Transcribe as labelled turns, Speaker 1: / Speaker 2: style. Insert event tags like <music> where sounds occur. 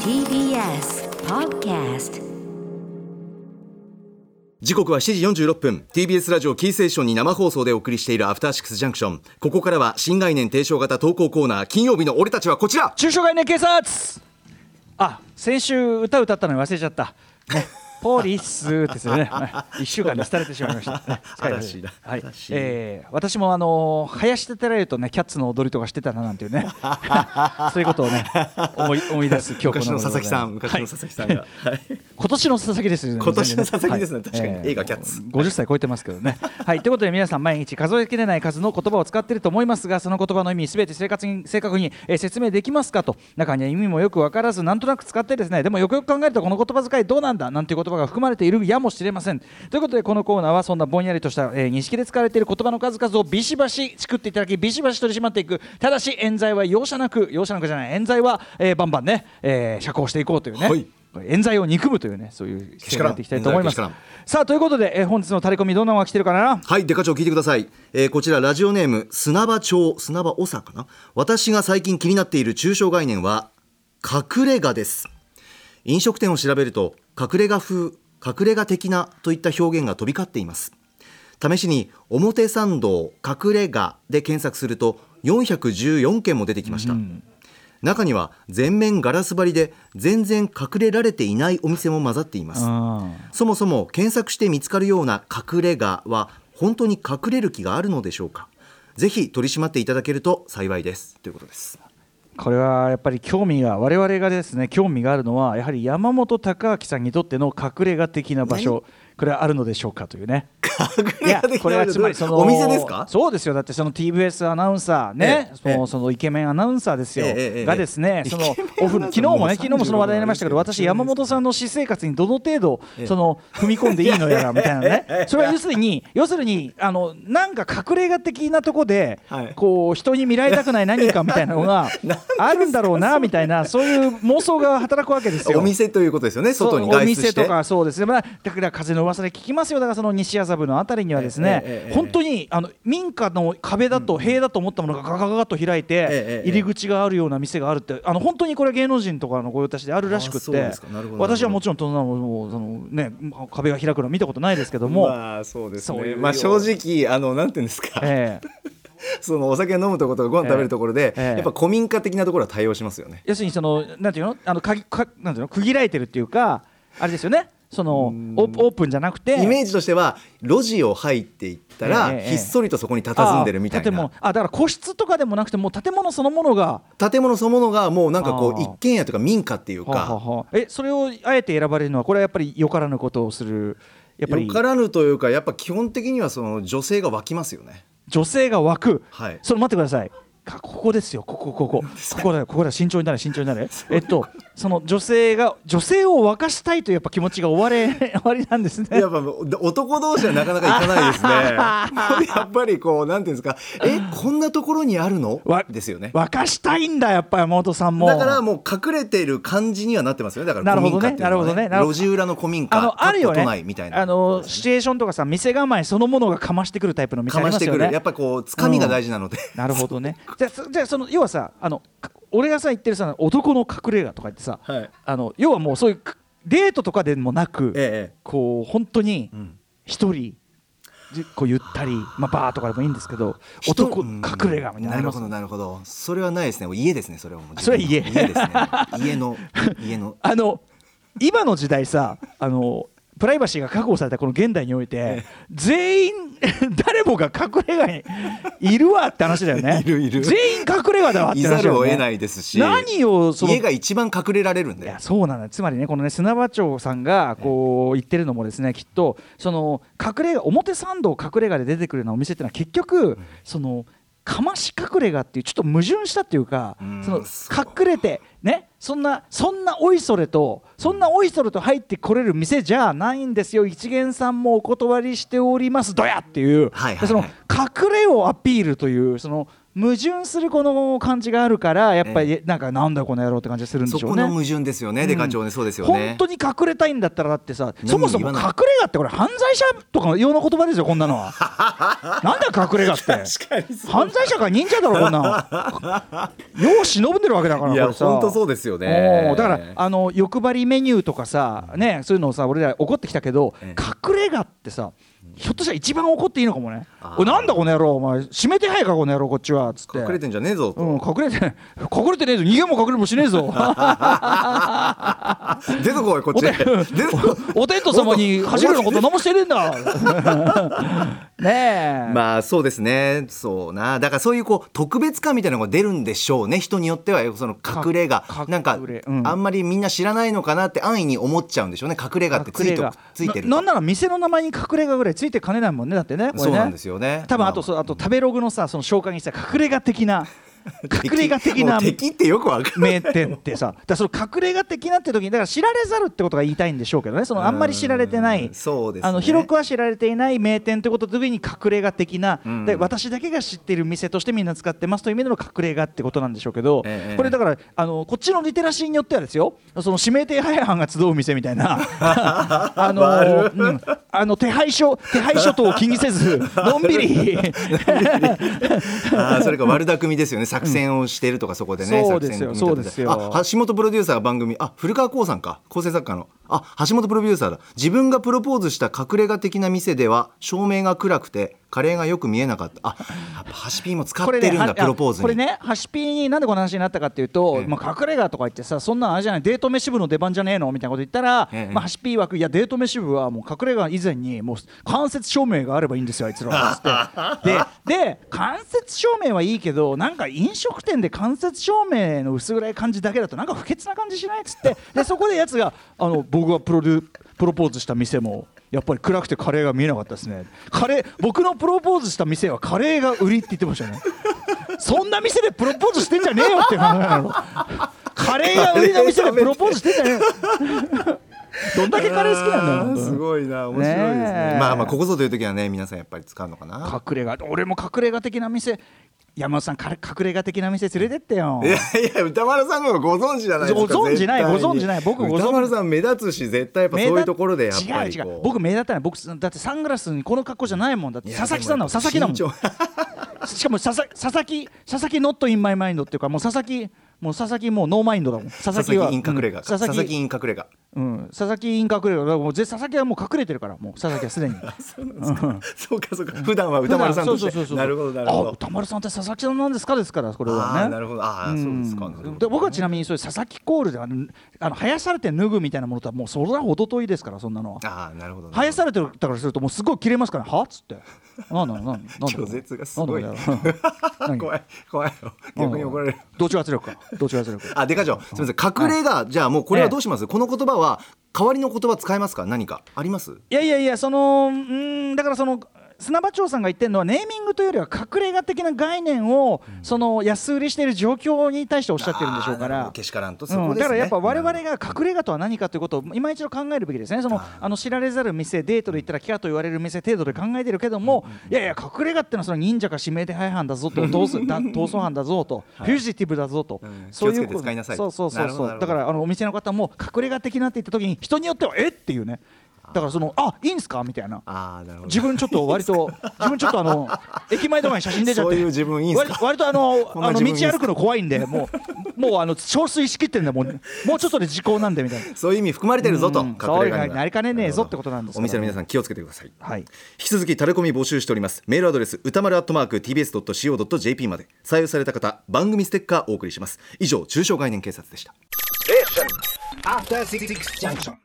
Speaker 1: TBS Podcast
Speaker 2: 時刻は7時46分 TBS ラジオキーセーションに生放送でお送りしているアフターシックスジャンクションここからは新概念提唱型投稿コーナー金曜日の俺たちはこちら
Speaker 3: 中小概念警察あ先週歌歌ったのに忘れちゃった、ね、ポリスですよね1週間で廃れてしまいました、ね、
Speaker 2: 嵐だ
Speaker 3: はい
Speaker 2: 嵐
Speaker 3: えー私もあのー林立てられるとねキャッツの踊りとかしてたななんていうね <laughs> そういうことをね思い思い出す今日
Speaker 2: 昔の佐々木さん昔の佐々木さんが、はい
Speaker 3: 今年の佐々木ですよね。
Speaker 2: 今年の佐々木ですね
Speaker 3: はい
Speaker 2: 確かに
Speaker 3: ええ
Speaker 2: 映画キャッツ
Speaker 3: 50歳超えてますけ
Speaker 2: <laughs>
Speaker 3: どね。はい、ということで皆さん毎日数えきれない数の言葉を使っていると思いますがその言葉の意味すべて正確に正確に、えー説明できますかと中には意味もよく分からずなんとなく使ってですねでもよくよく考えるとこの言葉遣いどうなんだなんていう言葉が含まれているやもしれません。ということでこのコーナーはそんなぼんやりとした、えー認識で使われている言葉の数々をビシバシ作っていただきビシバシ取り締まっていくただし冤罪は容赦なく容赦なくじゃない冤罪は、えーバンバンね、えー釈放していこうというね。
Speaker 2: はい
Speaker 3: 冤罪を憎むというねそういう姿勢になっていきたいと思います
Speaker 2: けしからん
Speaker 3: さあということで、えー本日のタレコミどんなのが来てるかな
Speaker 2: はい、デカ長聞いてください。えーこちらラジオネーム砂場町砂場長かな。私が最近気になっている抽象概念は隠れ家です。飲食店を調べると隠れ家風、隠れ家的なといった表現が飛び交っています。試しに表参道隠れ家で検索すると414件も出てきました。中には全面ガラス張りで全然隠れられていないお店も混ざっています。そもそも検索して見つかるような隠れ家は本当に隠れる気があるのでしょうかぜひ取り締まっていただけると幸いですということです
Speaker 3: これはやっぱり興味が我々がですね興味があるのはやはり山本隆明さんにとっての隠れ家的な場所これはあるのでしょうかというね
Speaker 2: 隠
Speaker 3: い
Speaker 2: <laughs>
Speaker 3: やこれはつまりその
Speaker 2: お店ですか
Speaker 3: そうですよだってその TBS アナウンサーね
Speaker 2: ええ
Speaker 3: そ
Speaker 2: え
Speaker 3: の
Speaker 2: え
Speaker 3: そのイケメンアナウンサーですよ
Speaker 2: ええええ
Speaker 3: がですね
Speaker 2: ええ
Speaker 3: そ
Speaker 2: イ
Speaker 3: の
Speaker 2: ケメン
Speaker 3: おふ昨日もね
Speaker 2: アナウンサー
Speaker 3: 昨日もその話題になりましたけど
Speaker 2: もう35
Speaker 3: 私山本さんの私生活にどの程度
Speaker 2: え
Speaker 3: その踏み込んでいいのやらみたいなねそれは要するに要するにあのなんか隠れ家的なとこで
Speaker 2: はい
Speaker 3: こう人に見られたくない何かみたいな
Speaker 2: <laughs>
Speaker 3: のがあるんだろうなみたいなそういう妄想が働くわけですよ
Speaker 2: お。店ということですよね
Speaker 3: そう
Speaker 2: 外に外出して
Speaker 3: お店とかそうですね、まあ、だから風の噂で聞きますよだからその西麻布のあたりにはですね、
Speaker 2: ええええ
Speaker 3: 本当にあの民家の壁だと塀だと思ったものがガガガガッと開いて、
Speaker 2: えええ
Speaker 3: 入り口があるような店があるってあの本当にこれは芸能人とかの御用達であるらしく
Speaker 2: あ
Speaker 3: っ
Speaker 2: そうで
Speaker 3: て
Speaker 2: すかなるほど
Speaker 3: 私はもちろんそんなのもうその、ね、壁が開くのは見たことないですけども、
Speaker 2: まあそうです
Speaker 3: そうい
Speaker 2: ね
Speaker 3: う
Speaker 2: まあ正直あのなんていうんですか、
Speaker 3: ええ
Speaker 2: そのお酒飲むとことかご飯食べるところで、
Speaker 3: ええええ
Speaker 2: やっぱ古民家的なところは対応しますよね
Speaker 3: 要するにそのなんていうのあのかぎかなんていうの区切られてるっていうかあれですよねそのオープンオープンじゃなくて
Speaker 2: イメージとしては路地を入っていったら、
Speaker 3: ええええ
Speaker 2: ひっそりとそこに佇んでるみたい
Speaker 3: あ建
Speaker 2: な
Speaker 3: 物あだから個室とかでもなくてもう建物そのものが
Speaker 2: 建物そのものがもうなんかこ
Speaker 3: あ
Speaker 2: う
Speaker 3: ー
Speaker 2: 一軒家とか民家っていうか
Speaker 3: はあはあはあえそれをあえて選ばれるのはこれはやっぱりよからぬことをするやっぱり
Speaker 2: よからぬというかやっぱ基本的にはその女性が湧きますよね
Speaker 3: 女性が湧く、
Speaker 2: はい
Speaker 3: それ待ってくださいかここですよここここここだよここだよ慎重になれ慎重になれえっとその女性が女性を沸かしたいというやっぱ気持ちが終われ <laughs> 終わりなんですね
Speaker 2: やっぱ男同士はなかなか行かない
Speaker 3: <laughs>
Speaker 2: ですねやっぱりこうなんていうんですかえこんなところにあるの
Speaker 3: わ
Speaker 2: ですよね
Speaker 3: 沸かしたいんだやっぱり山本さんも
Speaker 2: だからもう隠れている感じにはなってますよねだから
Speaker 3: なる
Speaker 2: 古民
Speaker 3: ほど
Speaker 2: 家っ
Speaker 3: ね
Speaker 2: ていうのは、
Speaker 3: なるほどねなるほど
Speaker 2: 路地裏の古民家
Speaker 3: あのあるよ
Speaker 2: か
Speaker 3: ね
Speaker 2: っこ都内みたいな
Speaker 3: あのシチュエーションとかさ店構えそのものがかましてくるタイプの店
Speaker 2: か
Speaker 3: あり
Speaker 2: ま
Speaker 3: ま
Speaker 2: し
Speaker 3: す
Speaker 2: て
Speaker 3: よ
Speaker 2: く
Speaker 3: ね
Speaker 2: るやっぱこうつかみが大事な
Speaker 3: <laughs>
Speaker 2: ので、
Speaker 3: なるほどね。じゃあそじゃあその要はさあのか俺がさ言ってるさ男の隠れ家とか言ってさ、
Speaker 2: はい
Speaker 3: あの要はもうそういうくデートとかでもなく、
Speaker 2: ええ
Speaker 3: こう本当に
Speaker 2: ん
Speaker 3: 一人、じこうゆったりまあバーとかでもいいんですけど
Speaker 2: 人
Speaker 3: 男
Speaker 2: うん
Speaker 3: 隠れ家みたいなのあ
Speaker 2: な
Speaker 3: り
Speaker 2: る
Speaker 3: ま
Speaker 2: ほ
Speaker 3: す
Speaker 2: どなるほどそれはないですね家ですねそれはもう
Speaker 3: それは家
Speaker 2: 自分のですね家の家
Speaker 3: <laughs>
Speaker 2: の
Speaker 3: あの今の時代さあのプライバシーが確保されたこの現代において全員 <laughs> 誰もが隠れ家にいるわって話だよね
Speaker 2: <laughs> いるいる
Speaker 3: 全員隠れ家だわって
Speaker 2: い
Speaker 3: 話
Speaker 2: ざ
Speaker 3: だよ、ね、
Speaker 2: るを得ないですし
Speaker 3: 何をその
Speaker 2: 家が一番隠れられるん
Speaker 3: い
Speaker 2: で
Speaker 3: やそうなんだつまりねこのね砂場町さんがこう言ってるのもですねきっとその隠れ家表参道隠れ家で出てくるようなお店ってのは結局そのかまし隠れ家っていうちょっと矛盾したっていうか
Speaker 2: うん
Speaker 3: その
Speaker 2: そう
Speaker 3: 隠れてねそんなそんなおいそれとそんなおいそれと入ってこれる店じゃないんですよ一元さんもお断りしておりますどやっていう
Speaker 2: はいはいはい
Speaker 3: でその隠れをアピールというその矛盾するこの感じがあるからやっぱり、なんかなんだこの野郎って感じがするんで
Speaker 2: そ
Speaker 3: しょう
Speaker 2: こ
Speaker 3: ね
Speaker 2: の矛盾ですよね、デカ長ねそうですよね
Speaker 3: 本当に隠れたいんだったらだってさ
Speaker 2: 何
Speaker 3: そもそも
Speaker 2: 言
Speaker 3: 隠
Speaker 2: わな
Speaker 3: れ
Speaker 2: い
Speaker 3: 家ってこれ犯罪者とかの用の言葉ですよこん
Speaker 2: <laughs>
Speaker 3: なのはなんだ隠れ家って犯罪者か忍者だろこんなの
Speaker 2: <laughs>
Speaker 3: よう忍んでるわけだから
Speaker 2: いや
Speaker 3: これさ
Speaker 2: 本当そうですよね
Speaker 3: おーだからあの欲張りメニューとかさねそういうのをさ俺ら怒ってきたけど
Speaker 2: ええ
Speaker 3: 隠れ家ってさひょっとしたら一番怒っていいのかもね
Speaker 2: あー
Speaker 3: おいなんだこの野郎お前締めてはいかこの野郎こっちはつって
Speaker 2: 隠れてんじゃねえぞと、
Speaker 3: うん、隠れて隠れてねえぞ逃げも隠れもしね
Speaker 2: <laughs>
Speaker 3: えぞ
Speaker 2: 出てこいこっ
Speaker 3: お
Speaker 2: ち
Speaker 3: て
Speaker 2: へ出てこい
Speaker 3: お天道様に走るようなこと何もしてねえ
Speaker 2: <laughs>
Speaker 3: んだねえ、
Speaker 2: まあそうですねそうなだからそういうこう特別感みたいなのが出るんでしょうね人によってはその隠れが
Speaker 3: か
Speaker 2: なんか
Speaker 3: 隠れうん
Speaker 2: あんまりみんな知らないのかなって安易に思っちゃうんでしょうね隠れがってついて
Speaker 3: 隠
Speaker 2: る
Speaker 3: れ家
Speaker 2: ついてる
Speaker 3: ななんなら店の名前に隠れ家ぐらいついてかねないもんねだってねこれね
Speaker 2: そうなんですよね
Speaker 3: 多分
Speaker 2: まあ
Speaker 3: あとそうあと食べログのさその紹介にさ隠れ家
Speaker 2: <laughs>
Speaker 3: 的な隠れ家的
Speaker 2: も
Speaker 3: な
Speaker 2: う敵ってよくわかる
Speaker 3: 名店ってさだからその隠れ家的なって時にだから知られざるってことが言いたいんでしょうけどねそのあんまり知られてない
Speaker 2: うんそうですね
Speaker 3: あの広くは知られていない名店ってことの時に隠れ家的な、
Speaker 2: ん
Speaker 3: で私だけが知っている店としてみんな使ってますという意味での隠れ家ってことなんでしょうけど、
Speaker 2: ええ
Speaker 3: これだからあのこっちのリテラシーによってはですよその指名手配犯が集う店みた
Speaker 2: <laughs>
Speaker 3: いなあの
Speaker 2: 悪
Speaker 3: うんあの手配書手配書とを気に
Speaker 2: <laughs>
Speaker 3: せずのんびり <laughs>
Speaker 2: あーそれか悪巧みですよね作戦をしてるとかそこでね、
Speaker 3: そう
Speaker 2: 作
Speaker 3: です
Speaker 2: 戦
Speaker 3: よ
Speaker 2: を
Speaker 3: そうですよ
Speaker 2: あ橋本プロデューサーが番組あ古川光さんか構成作家のあ橋本プロデューサーだ自分がプロポーズした隠れ家的な店では照明が暗くてカレーがよく見えなかったあやっぱハシピーも使ってるんだ、
Speaker 3: は
Speaker 2: プロポーズに
Speaker 3: これねハシピーになんでこの話になったかっていうと、
Speaker 2: ええ
Speaker 3: まあ、隠れ家とか言ってさそんなんあれじゃないデート飯部の出番じゃねえのみたいなこと言ったら、
Speaker 2: ええ
Speaker 3: まあ、ハシピー枠いやデート飯部はもう隠れ家以前にもう間接照明があればいいんですよあいつらはつってでで間接照明はいいけどなんか飲食店で間接照明の薄暗い感じだけだとなんか不潔な感じしないっつってでそこでやつがあの僕がプロデュプロポーズした店もやっぱり暗くてカレーが見えなかったですねカレー僕のプロポーズした店はカレーが売りって言ってましたねそんな店でプロポーズしてんじゃねえよって話なのカレーが売りの店でプロポーズしてんじゃねえよどんだけカレー好きなんだよ
Speaker 2: あー
Speaker 3: 本当に
Speaker 2: すごいな面白いですね
Speaker 3: ねえ
Speaker 2: まあまあここぞという時はね皆さんやっぱり使うのかな
Speaker 3: 隠れ家俺も隠れ家的な店山本さんか隠れ家的な店連れてってよ
Speaker 2: いやいや歌丸さんの方がご存知じゃないですか
Speaker 3: ご存知ない
Speaker 2: 絶対に
Speaker 3: ご存知ない僕ご存知
Speaker 2: 歌丸さん目立つし絶対やっぱそ
Speaker 3: 目立
Speaker 2: ういうところでやっぱり
Speaker 3: 違う違
Speaker 2: こ
Speaker 3: う
Speaker 2: う
Speaker 3: 僕目立たない僕だってサングラスにこの格好じゃないもんだって
Speaker 2: いや
Speaker 3: 佐々木さんだもん
Speaker 2: でや
Speaker 3: 佐
Speaker 2: っぱ
Speaker 3: 々木だもん
Speaker 2: 身長 <laughs>
Speaker 3: しかも佐々佐々木佐々木ノットインマイマインドっていうかもう佐々木もう佐々木もうノーマイン
Speaker 2: <laughs>
Speaker 3: ドだもん佐々
Speaker 2: 佐
Speaker 3: 木
Speaker 2: 々
Speaker 3: は
Speaker 2: 木イン隠れ家
Speaker 3: うん
Speaker 2: か佐々木イン隠れ家
Speaker 3: うん、佐々木イン隠れ家だからもうぜ佐々木はもう隠れてるからもう佐々木はすでに
Speaker 2: <laughs> そうかそうか普段は <laughs> 歌丸さんと
Speaker 3: そうそうそう
Speaker 2: して
Speaker 3: そう
Speaker 2: なるほどなるほ
Speaker 3: あ
Speaker 2: ど
Speaker 3: 歌丸さんって佐々木さんなんですかですからこれは
Speaker 2: あ
Speaker 3: ね
Speaker 2: あなるほどああそうですかなるほ
Speaker 3: で
Speaker 2: ど
Speaker 3: 僕はちなみにそういう佐々木コールではあの生やされて脱ぐみたいなものとはもうそれは程遠いですからそんなのは
Speaker 2: ああなるほど
Speaker 3: 生やされてるからするともうすごい切れますからねはっつってなんだなんだなんだ
Speaker 2: 拒絶がすごい
Speaker 3: なんだなんだ
Speaker 2: <laughs>
Speaker 3: 何
Speaker 2: 怖い怖いよ逆に怒られる
Speaker 3: 同調圧力か同調圧力
Speaker 2: あでかちゃんすみません隠れ家じゃあもうこれはどうしますこの言葉は代わりの言葉使えますか何かあります
Speaker 3: いやいやいやそのうーんだからその砂場長さんが言ってるのはネーミングというよりは隠れ家的な概念を、その安売りしている状況に対しておっしゃってるんでしょ
Speaker 2: あ
Speaker 3: うか
Speaker 2: ーなる
Speaker 3: ら
Speaker 2: ほどけしからんとそこ
Speaker 3: う
Speaker 2: ですね
Speaker 3: ん、だからやっぱ我々が隠れ家とは何かということを今一度考えるべきですねそのあの知られざる店デートで行ったらキャーと言われる店程度で考えてるけども、いやいや隠れ家ってのはその忍者か指名手配犯だぞと逃走だ逃走犯だぞと、フュージティブだぞと、
Speaker 2: ん
Speaker 3: そう
Speaker 2: 気
Speaker 3: い
Speaker 2: を
Speaker 3: う
Speaker 2: つけて使いなさい
Speaker 3: そうそうそ
Speaker 2: な
Speaker 3: う
Speaker 2: るほど
Speaker 3: そ
Speaker 2: な
Speaker 3: う
Speaker 2: るほ
Speaker 3: だ
Speaker 2: ど
Speaker 3: からあのお店の方も隠れ家的なって言った時に人によってはえっていうねだからそのあいいんすかみたいな
Speaker 2: ああなるほど
Speaker 3: 自分ちょ
Speaker 2: <laughs>
Speaker 3: っと割と自分ちょっとあの駅前とかに写真出ちゃって
Speaker 2: そういう自分いいんすか
Speaker 3: 割と割とあの
Speaker 2: こんな
Speaker 3: あの
Speaker 2: 自分いいんすか
Speaker 3: 道歩くの怖いんでもうもうあの憔悴しきってるんだもうもうちょっとで時効なんでみたいな
Speaker 2: そういう意味含まれてるぞと
Speaker 3: うん
Speaker 2: 隠
Speaker 3: そうい
Speaker 2: れ家
Speaker 3: うの
Speaker 2: に
Speaker 3: に
Speaker 2: は
Speaker 3: なりかねねえぞってことなんですから
Speaker 2: お店の皆さん気をつけてください
Speaker 3: はい
Speaker 2: 引き続きタレコミ募集しておりますメールアドレス歌丸アットマーク TBS.CO.JP まで採用された方番組ステッカーお送りします以上中小概念警察でした
Speaker 1: After Six Junction.